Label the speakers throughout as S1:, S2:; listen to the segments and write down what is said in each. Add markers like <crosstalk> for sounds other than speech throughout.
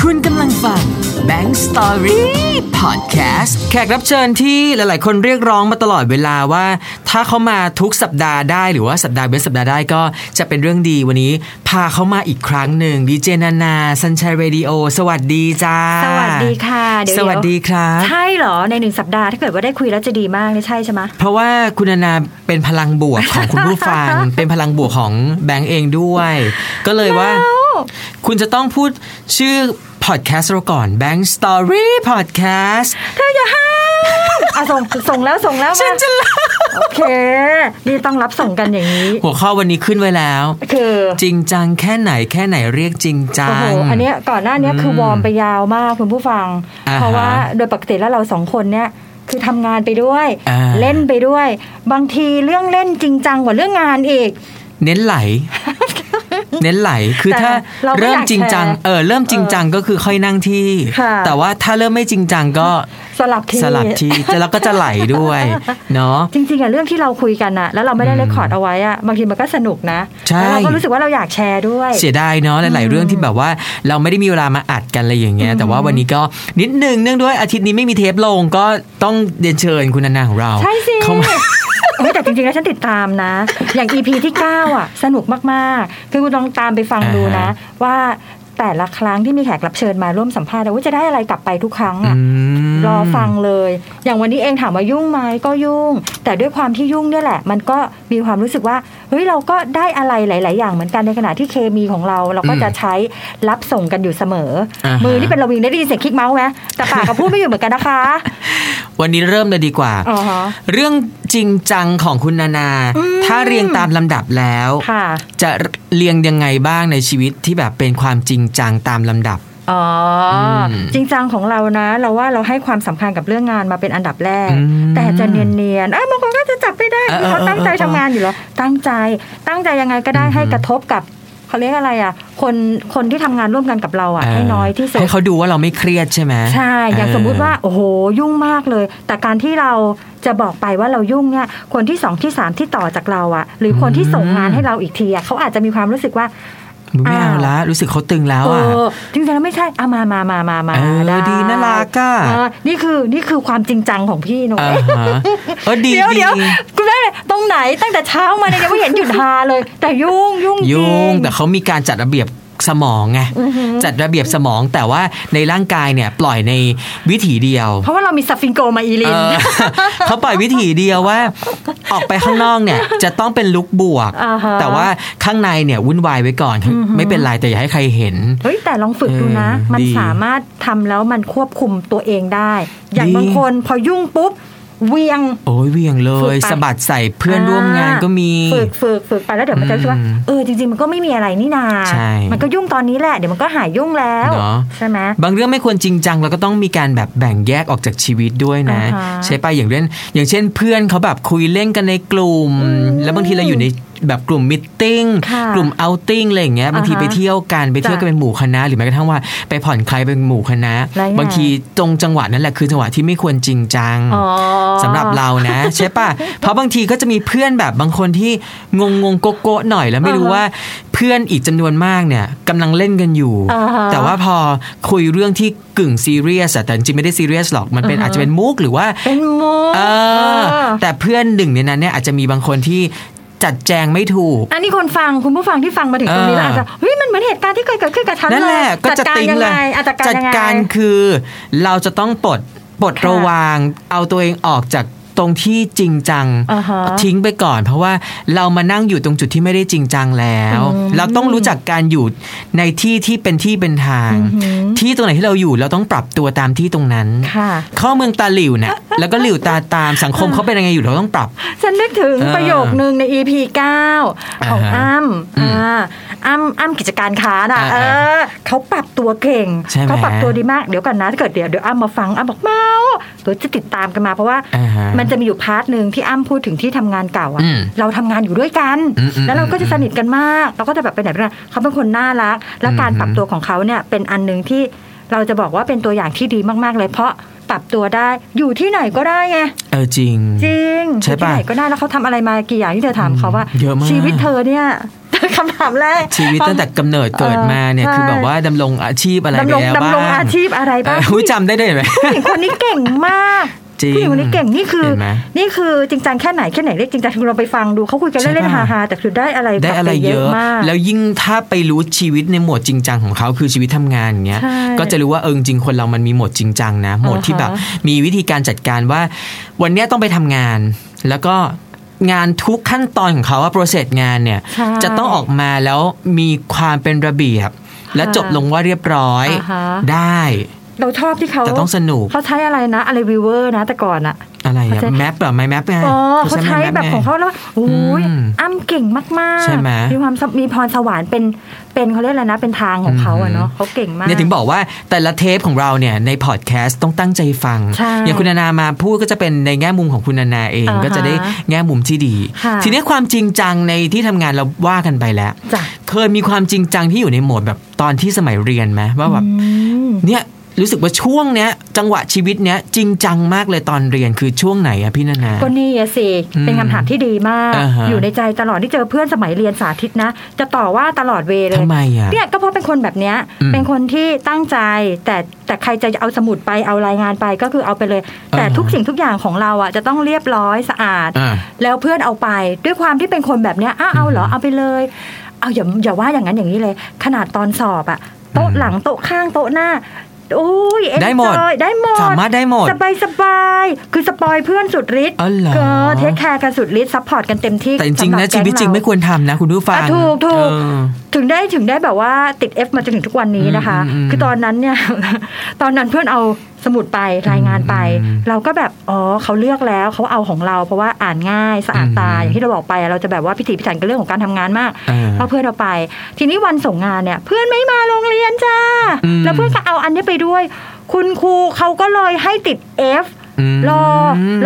S1: คุณกำลังฟัง Bank Story Podcast
S2: แขกรับเชิญที่หลาย ๆ คนเรียกร้องมาตลอดเวลาว่า ถ้าเขามาทุกสัปดาห์ได้หรือว่าสัปดาห์เว้นสัปดาห์ได้ก็จะเป็นเรื่องดีวันนี้ พาเขามาอีกครั้งหนึ่งดีเจนานาสัญชัยเรดิโอสวัสดีจ้า
S3: สวัสดีค่ะเดี๋ยว
S2: สวัสดีครับ
S3: ใช่เหรอในหนึ่งสัปดาห์ถ้าเกิดว่าได้คุยแล้วจะดีมากเนี่ยใช่ใช่ไหม
S2: เพราะว่าคุณนานาเป็นพลังบวกของคุณผู้ฟั
S3: <laughs>
S2: ง เป็นพลังบวกของแบงก์เองด้วย ก็เลยว่า คุณจะต้องพูดชื่อพอดแคสต์เราก่อน Bank Story Podcast
S3: เธออย่าห้ามอ่ะส่งส่งแล้วส่งแล้ว
S2: ฉั
S3: มาน
S2: จะเล่า
S3: โอเคนี่ต้องรับส่งกันอย่างนี้
S2: หัวข้อวันนี้ขึ้นไว้แล้ว
S3: คือ
S2: จริงจังแค่ไหนแค่ไหนเรียกจริงจั
S3: โอ้
S2: ง
S3: โหอันเนี้ยก่อนหน้าเนี้ยคือวอร์มไปยาวมากคุณผู้ฟัง
S2: อ่าฮะ
S3: เพราะว่าโดยปกติแล้วเราสองคนเนี่ยคือทำงานไปด้วย
S2: อ่า
S3: เล่นไปด้วย บางทีเรื่องเล่นจริงจังกว่าเรื่องงานอีก
S2: เน้นไหล เน้นไหลคือ
S3: แต่
S2: ถ้า
S3: เราไม่
S2: เริ่มจริงจัง
S3: อยากแชร์
S2: เออเริ่มจริงจังก็คือค่อยนั่งที่
S3: ค่ะ
S2: แต่ว่าถ้าเริ่มไม่จริงจังก็
S3: สลับที
S2: สลับ
S3: <laughs>
S2: ที่แล้วก็จะไหลด้วยเนาะ
S3: จริงๆอะเรื่องที่เราคุยกันอะแล้วเราไม่ได้
S2: อืม
S3: เลคคอร์ดเอาไว้อะบางทีมันก็สนุกนะ
S2: ใช่
S3: แล้วเราก็รู้สึกว่าเราอยากแชร์ด้วย
S2: เสียดายเนาะหลาย ๆ เรื่องที่แบบว่าเราไม่ได้มีเวลามาอัดกันอะไรอย่างเงี้ยแต่ว่าวันนี้ก็นิดนึงเนื่องด้วยอาทิตย์นี้ไม่มีเทปลงก็ต้องเรียนเชิญคุณนานาของเรา
S3: ใช่สิ
S2: เข้ามา
S3: เฮ้ยแต่จริงๆแล้วฉันติดตามนะ อย่าง EP ที่ 9 อ่ะ สนุกมากๆ คือคุณลองตามไปฟังดูนะ ว่าแต่ละครั้งที่มีแขกรับเชิญมาร่วมสัมภาษณ์แล้วจะได้อะไรกลับไปทุกครั้งอะ
S2: อืม
S3: รอฟังเลย อย่างวันนี้เองถามว่ายุ่งไหมก็ยุ่ง แต่ด้วยความที่ยุ่งเนี่ยแหละ มันก็มีความรู้สึกว่าเฮ้ยเราก็ได้อะไรหลาย ๆ อย่างเหมือนกันในขณะที่เคมีของเรา เราก็จะใช้รับส่งกันอยู่เสมอ
S2: อ่าฮะ
S3: มือนี่เป็นระวิงได้ยินเสียงคลิกเมาส์ไหมแต่ปากก็พูดไม่อยู่เหมือนกันนะคะ
S2: วันนี้เริ่มเลยดีกว่า
S3: อ๋อฮะ
S2: เรื่องจริงจังของคุณนานา
S3: อืม
S2: ถ้าเรียงตามลำดับแล้ว
S3: ค่ะ
S2: จะเรียงยังไงบ้างในชีวิตที่แบบเป็นความจริงจังตามลำดับ
S3: อ๋ออ
S2: ม
S3: จริงจังของเรานะ เราว่าเราให้ความสำคัญกับเรื่องงานมาเป็นอันดับแรก
S2: อืม
S3: แต่จะเนียนๆอ่ะบางคนก็จะจับไม่ได้
S2: เออ
S3: คือเขาตั้งใจ
S2: เออเออ
S3: ทำงานอยู่เหรอตั้งใจ ตั้งใจยังไงก็ได้
S2: อืม
S3: ให้กระทบกับเขาเรียกอะไรอ่ะ คนคนที่ทำงานร่วมกันกับเราอ่ะ
S2: เ
S3: ให้น้อยที่สุด
S2: ให้เขาดูว่าเราไม่เครียดใช่ไหม
S3: ใช่อย่าง
S2: เ
S3: สมมุติว่าโอ้โหยุ่งมากเลย แต่การที่เราจะบอกไปว่าเรายุ่งเนี่ยคนที่สองที่สามที่ต่อจากเราอ่ะ หรือคนที่ส่งงานให้เราอีกทีอ่ะเขาอาจจะมีความรู้สึกว่า
S2: ไม่เอา
S3: อ้าว
S2: ละรู้สึกเขาตึงแล้ว
S3: เอ
S2: อ่ะ
S3: อจริงๆแล้วไม่ใช่อามามามามามา
S2: เออ
S3: ไ
S2: ดีน่ารักอะ
S3: เนี่คือนี่คือความจริงจังของพี่หนุ้
S2: อ่าฮะเออดี
S3: เดี๋ยว
S2: ดี
S3: เดี๋ยวคุณแม่ตรงไหนตั้งแต่เช้ามาเนี่ยยังไม่เห็นหยุดฮาเลย แต่ยุ่งยุ่งจริ
S2: ยุ่งแต่เขามีการจัดระเบียบสมองไง
S3: อือหือ
S2: จัดระเบียบสมองแต่ว่าในร่างกายเนี่ยปล่อยในวิถีเดียว
S3: เพราะว่าเรามีสฟิงโกมาอีลิน
S2: เออเขาปล่อยวิถีเดียวว่า ออกไปข้างนอกเนี่ย จะต้องเป็นลุกบวก
S3: <laughs> อ่าฮะ
S2: แต่ว่าข้างในเนี่ยวุ่นวายไว้ก่อน ไม่เป็นไรแต่อย่าให้ใครเห็น
S3: เฮ้ยแต่ลองฝึกดูนะ
S2: เออ
S3: มัน
S2: ดี
S3: สามารถทำแล้วมันควบคุมตัวเองได้ อย่าง
S2: ดี
S3: บางคนพอยุ่งปุ๊บเวียง
S2: โอ้ยเหวียงเล
S3: ฝึก
S2: ย
S3: ไป
S2: สะบัดใส่เพื่อนร่วมงานก็มี
S3: ฝึกฝึกฝึกไปแล้วเดี๋ยวมันจะรู้สึกว่า
S2: อืม
S3: เออจริง ๆ มันก็ไม่มีอะไรนี่นา
S2: ใช่
S3: มันก็ยุ่งตอนนี้แหละ เดี๋ยวมันก็หายยุ่งแล้ว
S2: เนอะ
S3: ใช่ไหม
S2: บางเรื่องไม่ควรจริงจัง แล้วก็ต้องมีการแบบแบ่งแยกออกจากชีวิตด้วยนะ
S3: อ่าฮะ
S2: ใช่ไปะอย่างเช่นอย่างเช่นเพื่อนเขาแบบคุยเล่นกันในกลุ่ม
S3: อืม
S2: แล้วบางทีเราอยู่ในแบบกลุ่มมิทติ้ง
S3: ค่ะ
S2: กลุ่มเอาติ้งอะไรอย่างเงี้ยบางที
S3: อ่าฮะ
S2: ไปเที่ยวกันไปเที่ยวกันเป็นหมู่คณะหรือแม้กระทั่งว่าไปผ่อนคลายเป็นหมู่คณะ
S3: แล้วยังไง
S2: บางทีตรงจังหวะนั่นแหละคือจังหวะที่ไม่ควรจริงจัง
S3: อ๋อ
S2: สำหรับเรานะ
S3: <laughs>
S2: ใช่ป่ะ เพราะบางทีก็จะมีเพื่อนแบบบางคนที่งงงๆโกโก้หน่อยแล้วไม่รู้
S3: อ่าฮะ
S2: ว่าเพื่อนอีกจำนวนมากเนี่ยกำลังเล่นกันอยู่
S3: อ่าฮะ
S2: แต่ว่าพอคุยเรื่องที่กึ่งซีเรียสอะแต่จริงๆไม่ได้ซีเรียสหรอกมันเป็น
S3: อ่าฮะ
S2: อาจจะเป็นมุกหรือว่า
S3: เป็นมุก
S2: เออ
S3: เออ
S2: แต่เพื่อนหนึ่งในนั้นเนี่ยอาจจะมีบางคนที่จัดแจงไม่ถูก
S3: อันนี้คนฟังคุณผู้ฟังที่ฟังมาถึงตรงนี้แล้ว
S2: เอออ
S3: อาจจะเฮ้ยมันเหมือนเหตุการณ์ที่เคยเกิดขึ้นกับฉัน
S2: นั่นแห
S3: เลย
S2: ละก็จะ
S3: จัดการ
S2: ติง
S3: ยัง
S2: เล
S3: ไง
S2: ย
S3: อ่ะจัดการ
S2: จัด
S3: ยังไง
S2: การคือเราจะต้องปลดปลด
S3: ค่ะ
S2: ระวางเอาตัวเองออกจากตรงที่จริงจัง
S3: อ่าฮะ
S2: ทิ้งไปก่อน เพราะว่าเรามานั่งอยู่ตรงจุดที่ไม่ได้จริงจังแล้ว
S3: อืม
S2: เราต้องรู้จักการอยู่ในที่ที่เป็นที่เป็นทาง
S3: อือหือ
S2: ที่ตรงไหนที่เราอยู่เราต้องปรับตัวตามที่ตรงนั้น
S3: ค่ะ
S2: เข้าเมืองตาหลิวเนี่ยแล้วก็หลิวตาตามสังคมเขาเป็นยังไงอยู่เราต้องปรับ
S3: ฉันนึกถึง
S2: เออ
S3: ประโยคนึงใน EP 9 ของ
S2: อ่าฮะ
S3: อ้ำอ่าอ้ำอ้ำกิจการค้าน่ะเอ
S2: อ่าฮะ
S3: อเขาปรับตัวเก่ง
S2: ใช่ไหม
S3: เขาปรับตัวดีมากเดี๋ยวก่อนนะถ้าเกิดเดี๋ยวเดี๋ยวอ้ำมาฟังอ้ำบอกเมาเดี๋ยวจะติดตามกันมาเพราะว่า
S2: อ่าฮะ
S3: มันจะมีอยู่พาร์ทหนึ่งที่อ้ำพูดถึงที่ทำงานเก่าอะ
S2: อืม
S3: เราทำงานอยู่ด้วยกัน
S2: อืมอืม
S3: แล้วเราก็จะสนิทกันมาก เราก็จะแบบไปไหนไปไหนเขาเป็นคนน่ารัก และการ
S2: อืม
S3: ปรับตัวของเขาเนี่ยเป็นอันหนึ่งที่เราจะบอกว่าเป็นตัวอย่างที่ดีมากๆเลย เพราะปรับตัวได้อยู่ที่ไหนก็ได้ไง
S2: เออจริง
S3: จริง
S2: ใช่ปะ
S3: ที่ไหนก็ได้แล้วเขาทำอะไรมากี่อย่างที่เธอถามเขาว่า
S2: เยอะมาก
S3: ชีวิตเธอเนี่ย <laughs> คำถามแรก
S2: ชีวิตตั้งแต่กำเนิดเกิดมาเนี่ย
S3: ใช่
S2: คือแบบว่าดำรงอาชีพอะไรไป
S3: ดำรง
S2: แล้วบ้าง
S3: ดำรงอาชีพอะไรบ้าง
S2: เอออุ๊ยจำได้ด้วยเห็นไหม
S3: ผู้หญิงคนนี้เก่งมาก
S2: จริง
S3: ผู้หญิงคนนี้เก่งนี่คือ
S2: เห็นไหม
S3: นี่คือจริงจังแค่ไหนแค่ไหนเรียกจริงจังคือเราไปฟังดูเขาคุยกัน
S2: ใช่
S3: เล่นๆ
S2: ป่ะ
S3: ฮาๆแต่คือได้อะไร
S2: ได้
S3: กลับป
S2: อะไรเยอะ
S3: มาก
S2: แล้วยิ่งถ้าไปรู้ชีวิตในโหมดจริงจังของเขาคือชีวิตทำงานอย่างเงี้ย
S3: ใช่
S2: ก็จะรู้ว่าเออจริงๆคนเรามันมีโหมดจริงจังนะโหมดที่แบบ
S3: อ่าฮะ
S2: มีวิธีการจัดการว่า วันเนี้ยต้องไปทำงาน แล้วก็งานทุกขั้นตอนของเขาว่าโปรเซสงานเนี่ย
S3: ใช่
S2: จะต้องออกมาแล้วมีความเป็นระเบียบ และจบลงว่าเรียบร้อย
S3: อ่าฮะ
S2: ได้
S3: เราชอบที่เขา
S2: แต่ต้องสนุก
S3: เขาใช้อะไรนะอะไรวิเวอร์นะแต่ก่อนอะ
S2: อะไรอะ
S3: เขาใช้
S2: แมปหรอไม่แมปไง
S3: อ๋อเขาใช้
S2: ไม่ map
S3: แบบของเขาแล้วโอ้ย
S2: อืม
S3: อ้ำเก่งมากๆ
S2: ใช่ไหม
S3: มีความสมีพรสวรรค์เป็นเป็นเขาเรียกอะไรนะเป็นทางของเขาอะเนาะเขาเก่งมาก
S2: เนี่ยถึงบอกว่าแต่ละเทปของเราเนี่ยในพอดแคสต์ต้องตั้งใจฟัง
S3: ใช่
S2: อย่างคุณนานามาพูดก็จะเป็นในแง่มุมของคุณนานาเอง
S3: อ่าฮะ
S2: ก็จะได้แง่มุมที่ดี
S3: ค่ะ
S2: ทีนี้ความจริงจังในที่ทำงานเราว่ากันไปแล้ว
S3: จ้ะ
S2: เคยมีความจริงจังที่อยู่ในโหมดแบบตอนที่สมัยเรียนไหมว่าแบบ
S3: อืม
S2: เนี่ยรู้สึกว่าช่วงเนี้ย จังหวะชีวิตเนี้ยจริงจังมากเลยตอนเรียนคือช่วงไหนอะพี่นานา
S3: ก็นี่อะสิ
S2: อืม
S3: เป็นคำถามที่ดีมาก
S2: อ่าฮะ
S3: อยู่ในใจตลอดที่เจอเพื่อนสมัยเรียนสาธิตนะ จะต่อว่าตลอดเวเล
S2: ทำ
S3: ย
S2: ไมอะ
S3: เนี่ยก็เพราะเป็นคนแบบเนี้ย
S2: อืม
S3: เป็นคนที่ตั้งใจ แต่แต่ใครจะเอาสมุดไปเอารายงานไปก็คือเอาไปเลย แต่
S2: อ่าฮะ
S3: ทุกสิ่งทุกอย่างของเราอ่ะจะต้องเรียบร้อยสะอาด
S2: อ่ะ
S3: แล้วเพื่อนเอาไปด้วยความที่เป็นคนแบบเนี้ยอ้าวเอาเหรอ
S2: อืม
S3: เอาไปเลย เอาอย่าอย่าว่าอย่างนั้นอย่างนี้เลย ขนาดตอนสอบอะโต๊ะ
S2: อืม
S3: หลังโต๊ะข้างโต๊ะหน้าโอ้ย enjoy
S2: ได้หมด
S3: ได้หมด
S2: สามารถได้หมด
S3: สบายสบายๆคือสปอยเพื่อนสุดฤทธิ์
S2: อ๋อเหรอ
S3: ก็เทคแคร์กันสุดฤทธิ์ซัพพอร์ตกันเต็มที่
S2: แต่จริงๆ
S3: สำห
S2: นะ
S3: บ
S2: ชีวิตจริง
S3: แก๊เา
S2: ไม่ควรทำนะ คุณผู้ฟัง
S3: อ่ะถูกถูก
S2: เออ
S3: ถึงได้ถึงได้แบบว่าติด F มาจนถึงทุกวันนี้นะคะ
S2: อืมอืมอืม
S3: คือตอนนั้นเนี่ย <laughs> ตอนนั้นเพื่อนเอาสมุดไปรายงานไป
S2: อืม
S3: เราก็แบบอ๋อเขาเลือกแล้วเขาเอาของเรา เพราะว่าอ่านง่ายสะอาดตา
S2: อืม
S3: อย่างที่เราบอกไปเราจะแบบว่าพิถีพิถันกับเรื่องของการทำงานมาก
S2: เออ
S3: เพราะเพื่อนเราไป ทีนี้วันส่งงานเนี่ย เพื่อนไม่มาโรงเรียนจ้า
S2: อืม
S3: แล้วเพื่อนก็เอาอันเนี้ยไปด้วย คุณครูเขาก็เลยให้ติด F
S2: ม
S3: รอ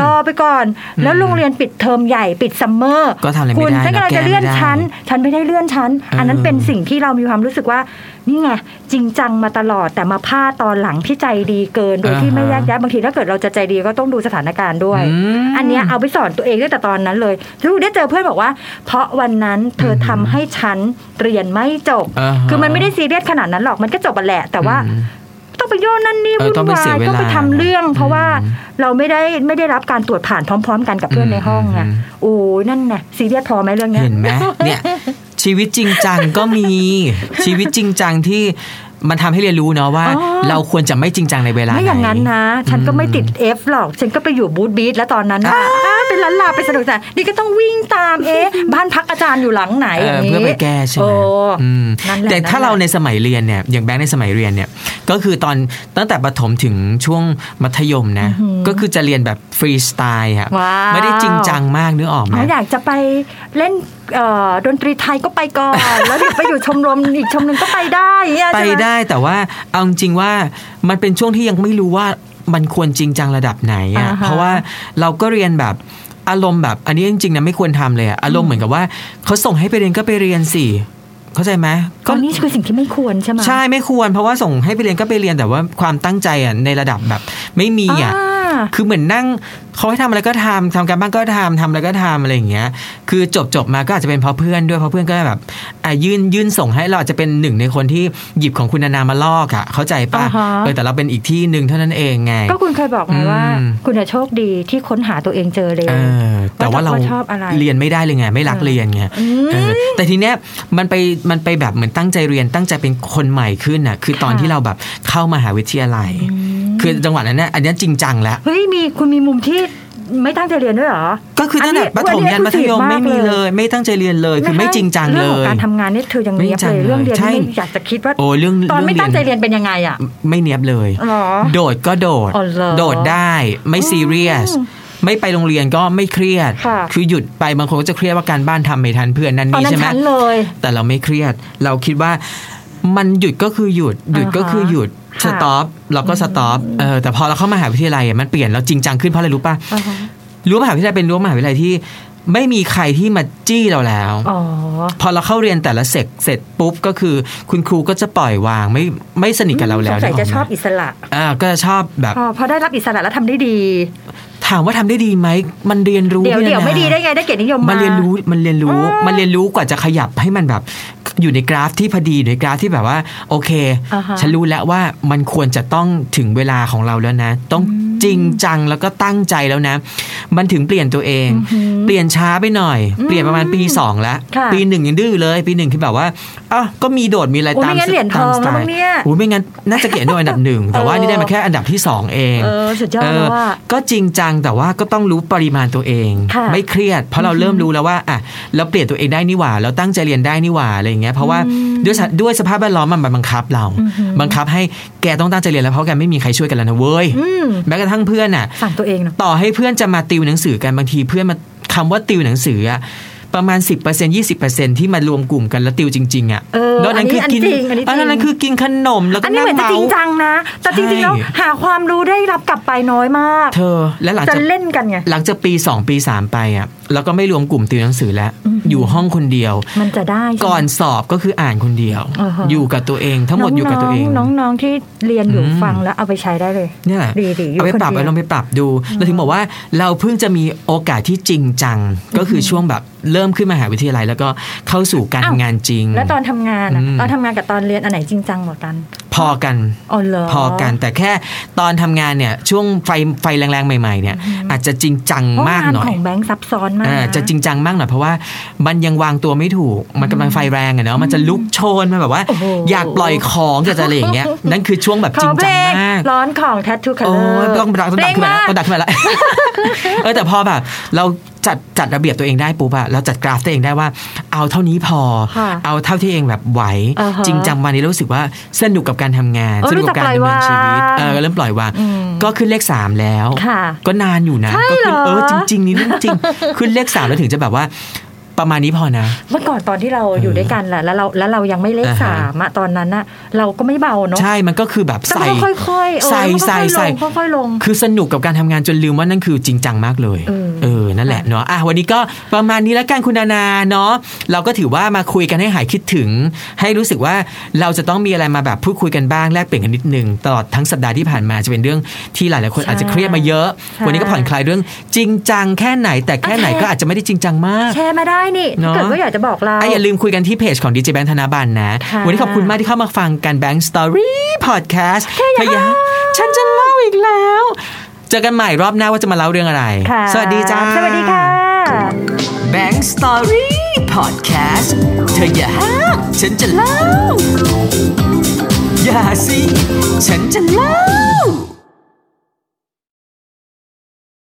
S3: รอไปก่อน
S2: อืม
S3: แล้วโรงเรียนปิดเทอมใหญ่ปิดซัมเมอร์
S2: ก็ทำอะไร
S3: คุ
S2: ไม่
S3: ณ
S2: ได้
S3: ฉันกำลังจะ
S2: แก้ไม่
S3: เลื่อน
S2: ได้
S3: ชั้น ฉันไม่ได้เลื่อนชั้น อันนั้น
S2: เออ
S3: เป็นสิ่งที่เรามีความรู้สึกว่า นี่ไงจริงจังมาตลอดแต่มาพลาดตอนหลังที่ใจดีเกิน โดยที่ไม่แยกแยะบางทีถ้าเกิดเราจะใจดีก็ต้องดูสถานการณ์ด้วย
S2: ม
S3: อันเนี้ยเอาไปสอนตัวเองตั้งแต่ตอนนั้นเลยทุกได้เจอเพื่อนบอกว่า เพราะวันนั้นเธอทำให้ฉันเรียนไม่จบ
S2: อ่าฮะ
S3: คือมันไม่ได้ซีเรียสขนาดนั้นหรอกมันก็จบอะแหละแต่ว่า
S2: อืม
S3: ต้องไปโยนนั่นนี่
S2: เออ
S3: วุ่น
S2: ต้องไป
S3: วา
S2: เสีย
S3: ย
S2: เวลา
S3: ต้องไปทำเรื่อง เพราะว่า
S2: อืม
S3: เราไม่ได้ไม่ได้รับการตรวจผ่านพร้อม ๆ กันกับเพื่อน
S2: อืม
S3: ในห้องไง
S2: อืม
S3: โอ้ยนั่นไงซีเรียสพอไหมเรื่องเนี้ย
S2: เห็นไหม
S3: <laughs>
S2: เนี่ยชีวิตจริงจังก็มี ชีวิตจริงจังที่มันทำให้เรียนรู้เนาะว่า
S3: อ๋อ
S2: เราควรจะไม่จริงจังในเวลา
S3: ไม่อย่างนั้น
S2: ไห
S3: นะ ฉันก็ไม่ติด F หรอก ฉันก็ไปอยู่บูธบีทแล้วตอนนั้นน่ะอ้าเป็นล้านลาไปสนุกสนานนี่ก็ต้องวิ่งตามเอ๊ะ
S2: <laughs>
S3: บ้านพักอาจารย์อยู่หลังไหนอย่างนี้
S2: เเพื่อไปแก้ใช่ไหม
S3: โอ้
S2: อืม
S3: นั่นแหละ
S2: แต่ถ้า
S3: นั่นแหละ
S2: เราในสมัยเรียนเนี่ยอย่างแบงค์ในสมัยเรียนเนี่ยก็คือตอนตั้งแต่ประถมถึงช่วงมัธยมนะ
S3: อื้อหือ
S2: ก็คือจะเรียนแบบฟรีสไตล์ครับ
S3: ว้าว
S2: ไม่ได้จริงจังมากนึกออกไหม
S3: อ๋ออยากจะไปเล่นเอ่อดนตรีไทยก็ไปก่อน แล้วเดี๋ยวไปอยู่ชมรมอีกชมรมก็ไปได้อย่างเงี้ย
S2: ไป
S3: ใช่หม
S2: ได้แต่ว่าเอาจริงๆว่ามันเป็นช่วงที่ยังไม่รู้ว่ามันควรจริงจังระดับไหนอะ
S3: อ่าฮะ
S2: เพราะว่าเราก็เรียนแบบอารมณ์แบบอันนี้จริงๆนะไม่ควรทำเลยอะอารมณ์เหมือนกับว่าเขาส่งให้ไปเรียนก็ไปเรียนสิเข้าใจไหมก็
S3: ็นี่คือสิ่งที่ไม่ควรใช่ไหม
S2: ใช่ไม่ควรเพราะว่าส่งให้ไปเรียนก็ไปเรียนแต่ว่าความตั้งใจอ่ะในระดับแบบไม่มีอ่ะคือเหมือนนั่งเขาให้ทำอะไรก็ทำทำการบ้านก็ทำทำอะไรก็ทำอะไรอย่างเงี้ย คือจบจบมาก็อาจจะเป็นเพราะเพื่อนด้วยเพราะเพื่อนก็แบบอ่ะยื่นยื่นส่งให้เราอาจจะเป็นหนึ่งในคนที่หยิบของคุณนานามาลอกอ่ะเข้าใจป่ะ
S3: อ่าฮะ
S2: เออแต่เราเป็นอีกที่หนึ่งเท่านั้นเองไง
S3: ก็คุณเคยบอกไงว่า
S2: อืม
S3: คุณอะโชคดีที่ค้นหาตัวเองเจอเลย
S2: เออแต่ว่าเรา
S3: ว่าชอบอะไร
S2: เรียนไม่ได้เลยไง ไม่รัก
S3: เออ
S2: เรียนไง
S3: อืม
S2: เออแต่ทีเนี้ยมันไปมันไปแบบเหมือนตั้งใจเรียนตั้งใจเป็นคนใหม่ขึ้นน่ะคือตอน
S3: ค่ะ
S2: ที่เราแบบเข้ามาหาวิทยาลัย คือจังหวะนั้นเนี่ยอันเนี้ยจริงจังแล้ว
S3: เฮ้ยมีคุณมีมุมที่ไม่ตั้งใจเรียนด้วยเหรอ
S2: ก็คือตั้งแต่
S3: อันนี้
S2: ประถมยันมัธยม
S3: วันนี้
S2: ไม่มี
S3: exclusive
S2: เลย ไม่ตั้งใจเรียนเลยคือไม่จริงจัง
S3: เรื่
S2: เล
S3: องของ
S2: ย
S3: การทำงานนี่เธอยัง
S2: ไม่
S3: เนียบ
S2: จริงจัง
S3: เลยเรื่องเรียน
S2: ใช่
S3: นี่อยากจะคิดว่า
S2: โอ้เรื่อง
S3: ตอนไม่
S2: เรื่
S3: ตั้งใจเรียนเป็นยังไงอ่ะ
S2: ไม่เนียบเลย
S3: หรอ
S2: โดดก็โดด
S3: อ๋อเหรอ
S2: โดดได้ไม่ซีเรียส
S3: อืม
S2: ไม่ไปโรงเรียนก็ไม่เครียด
S3: ค่ะ
S2: อหยุดไปบางคนก็จะเครียดว่าการบ้านทำไม่ทันเพื่อนนั่น
S3: ตอน
S2: นี่
S3: นั้
S2: ใช่
S3: น
S2: ไหม
S3: ฉันเลย
S2: แต่เราไม่เครียด เราคิดว่ามันหยุดก็คือหยุด หยุด
S3: อ่าฮะ
S2: ก็คือหยุด
S3: ค่ะ
S2: สต็อป เราก็สต็อป เออ แต่พอเราเข้ามหาวิทยาลัยอะมันเปลี่ยนเราจริงจังขึ้นเพราะอะไรรู้ป่ะ
S3: อ่าฮะ
S2: รู้วมหาวิทยาลัยเป็นรู้วมหาวิทยาลัยที่ไม่มีใครที่มาจี้เราแล้ว
S3: อ๋อ
S2: พอเราเข้าเรียนแต่ละเสกเสร็จปุ๊บก็คือคุณครูก็จะปล่อยวางไม่ไม่สนิทกับเราแล้ว
S3: สงสัยจะชอบ
S2: นึกกไหม
S3: อิสระ
S2: อ่าก็จะชอบแบบ
S3: พอพอได้รับอิสระแล้วทำได้ดี
S2: ท ถามว่าทำได้ดีไหม มันเรียนรู้
S3: เดี๋ยว
S2: นี่
S3: เดี๋ยว
S2: นะ
S3: ไม่ดีได้ไงได้เกียรตินิยม
S2: มั
S3: มา
S2: นเรียนรู้มันเรียนรู้
S3: อ่ามั
S2: มันเรียนรู้กว่าจะขยับให้มันแบบ อยู่ในกราฟที่พอดีอยู่ในกราฟที่แบบว่า โอเค
S3: อ่าฮะ
S2: ฉันรู้แล้วว่ามันควรจะต้องถึงเวลาของเราแล้วนะ ต้องจริงจังแล้วก็ตั้งใจแล้วนะ มันถึงเปลี่ยนตัวเอง เปลี่ยนช้าไปหน่อย เปลี่ยนประมาณปีสองแล้ว
S3: ค่ะ
S2: ปีหนึ่งยังดื้อเลย ปีหนึ่งคือแบบว่าอ้าวก็มีโดดมีอะไร
S3: โอ้
S2: ตาม
S3: ไม่งั้นเหรียญท
S2: ตา
S3: อ
S2: ม
S3: ง
S2: สไต
S3: แล้วมั้
S2: ล์
S3: งเนี่ย
S2: อุ้ยไม่งั้นน่าจะเกียรตินิยมอันดับ
S3: <laughs>
S2: หนึ่งแต่ว่านี่ได้มาแค่อันดับที่สองเอง
S3: เออ สุดยอดแล้วว่า
S2: เออก็จริงจังแต่ว่าก็ต้องรู้ปริมาณตัวเอง
S3: ค่ะ
S2: ไม่เครียด เพราะเราเริ่มรู้แล้วว่าอ่ะเราเปลี่ยนตัวเองได้นี่หว่า เราตั้งใจเรียนได้นี่หว่าอะไรอย่างเงี้ยเพราะว่าด้วยสภาด้วยสภาพแวดล้อมมันบังคับเรา บังคับให้แกต้องตั้งใจเรียนแล้วเพราะแกไม่มีใครช่วยกันแล้วนะเว้ย
S3: อืม
S2: แม้กระทั่งเพื่อนอ่ะ
S3: สั่งตัวเองเนาะ
S2: ต่อให้เพื่อนจะมาติวหนังสือกันบางทีเพื่อนมาคำว่าติวหนังสืออะประมาณ 10% 20%ที่มารวมกลุ่มกันแล้วติวจริงๆอ่ะ
S3: เออ
S2: แล้วนั้นคือ
S3: อัน
S2: กิ
S3: นี้จริงอันนี้จริง
S2: อันนั้นคือกินขนมแล้ว
S3: อั
S2: ก็
S3: นนี้เหมือนจะจริง
S2: เมา
S3: จังนะ แต่จริงๆแล้ว
S2: ใช่
S3: หาความรู้ได้รับกลับไปน้อยมาก
S2: เธอและหลัง
S3: จะ
S2: จาก
S3: เล่นกันไง
S2: หลังจากปี 2 ปี 3 ไปอ่ะแล้วก็ไม่รวมกลุ่มติวหนังสือแล้ว อยู่ห้องคนเดียว
S3: มันจะได้ใช่ไหม
S2: ก่อนสอบก็คืออ่านคนเดียว
S3: อ่าฮะ
S2: อยู่กับตัวเองทั้งหมดอยู่กับตัวเอง
S3: น้องๆน้องๆที่เรียนอยู่
S2: อืม
S3: ฟังแล้วเอาไปใช้ได้เลย
S2: เนี่ยแหละ
S3: ดีๆอยู่
S2: เอาไปปรับ
S3: คนเดีย
S2: เอา
S3: ว
S2: ลองไปปรับดูเราถึงบอกว่าเราเพิ่งจะมีโอกาสที่จริงจัง ก็คือช่วงแบบเริ่มขึ้นมหาวิทยาลัย แล้วก็เข้าสู่การ
S3: อ้าว
S2: ทำงานจริง
S3: แล้วตอนทำงานอะ
S2: อืม
S3: ตอนทำงานกับตอนเรียนอันไหนจริงจังกว่ากัน
S2: พอกัน
S3: อ๋อเหรอ
S2: พอกันแต่แค่ตอนทำงานเนี่ยช่วงไฟไฟแรงๆใหม่ ๆเนี่ยอาจจะจริงจัง
S3: เพราะ
S2: มาก
S3: งาน
S2: หน่อย
S3: ของแบงค์ซับซ้อนมาก
S2: อ่า
S3: นะ
S2: จะจริงจังมากหน่อยเพราะว่ามันยังวางตัวไม่ถูก มันกำลังไฟแรงอะเนาะมันจะลุกโชนมันแบบว่า
S3: โอ้โห
S2: อยากปล่อยของอยากจะอะไรอย่างเงี้ยนั่นคือช่วงแบบ
S3: ข
S2: จริ
S3: อง เพล
S2: จัง
S3: ง
S2: มาก
S3: ร้อนของ Tattoo Color
S2: โอ้ยต้องดักต้อง
S3: เพล
S2: ดักขึ้นมาแล้วต้องดักขึ้นมาแล้ว เออแต่พอแบบ เราจัดจัดระเบียบตัวเองได้ปุ๊บอะเราจัดกราฟตัวเองได้ว่า เอาเท่านี้พอ
S3: ค่ะ
S2: เอาเท่าที่เองแบบไหว
S3: อ่าฮะ
S2: จริงจังวันนี้รู้สึกว่าสนุกกับการทำงาน
S3: เออ
S2: สนุกกัการดำเนินชีวิต
S3: รู้จักปล่อยวาง
S2: เออเริ่มปล่อยวาง
S3: อืม
S2: ก็ขึ้นเลขสามแล้ว
S3: ค่ะ
S2: ก็นานอยู่นะ
S3: ใช่
S2: ก็ขึ้น
S3: เหรอ
S2: เออจริง ๆ นี่เรื่องจริง ขึ้นเลขสามแล้วถึงจะแบบว่า ประมาณนี้พอนะ
S3: เมื่อก่อนตอนที่เราอยู่ด้วยกันแหละแล้วเราแล้วเรายังไม่เลข
S2: อ่าฮะ
S3: สามอะตอนนั้นอะเราก็ไม่เบาเนาะ
S2: ใช่มันก็คือแบบ
S3: แต่มั
S2: ใส่
S3: นก็ค่อยๆเออ
S2: ใส่
S3: มันก็
S2: ใส่ใส่
S3: ค่อยๆลงค่อยๆลง
S2: คือสนุกกับการทำงานจนลืมว่านั่นคือจริงจังมากเลย
S3: เออ
S2: นั่นแหละเนาะอ่ะวันนี้ก็ประมาณนี้แล้วกันคุณนานาเนาะเราก็ถือว่ามาคุยกันให้หายคิดถึง ให้รู้สึกว่าเราจะต้องมีอะไรมาแบบพูดคุยกันบ้างแลกเปลี่ยนกันนิดนึงตลอดทั้งสัปดาห์ที่ผ่านมาจะเป็นเรื่องที่หลายๆคนอาจจะเครียดมาเยอะ วันนี้ก็ผ่อนคลายเรื่องจริงจังแค่ไหน แต่แค่ไหนก็อาจจะไม่ได้จริงจังมาก
S3: แชร์มาได้นี่
S2: เน
S3: ถ้า
S2: อะ
S3: เกิดว่าอยากจะบอกเรา
S2: อ่ะอย่าลืมคุยกันที่เพจของ DJ Bank ธนบันนะ
S3: ค่ะ
S2: วันนี้ขอบคุณมากที่เข้ามาฟังกัน Bank Story Podcast พยาฉันจะเล่าอีกแล้ว เจอกันใหม่รอบหน้าว่าจะมาเล่าเรื่องอะไร
S3: ค่ะ
S2: สวัสดีจ้า
S3: สวัสดีค่ะ
S1: Bank Story Podcast เธออย่าห้ามฉันจะเล่า อย่าสิ ฉันจะเล่า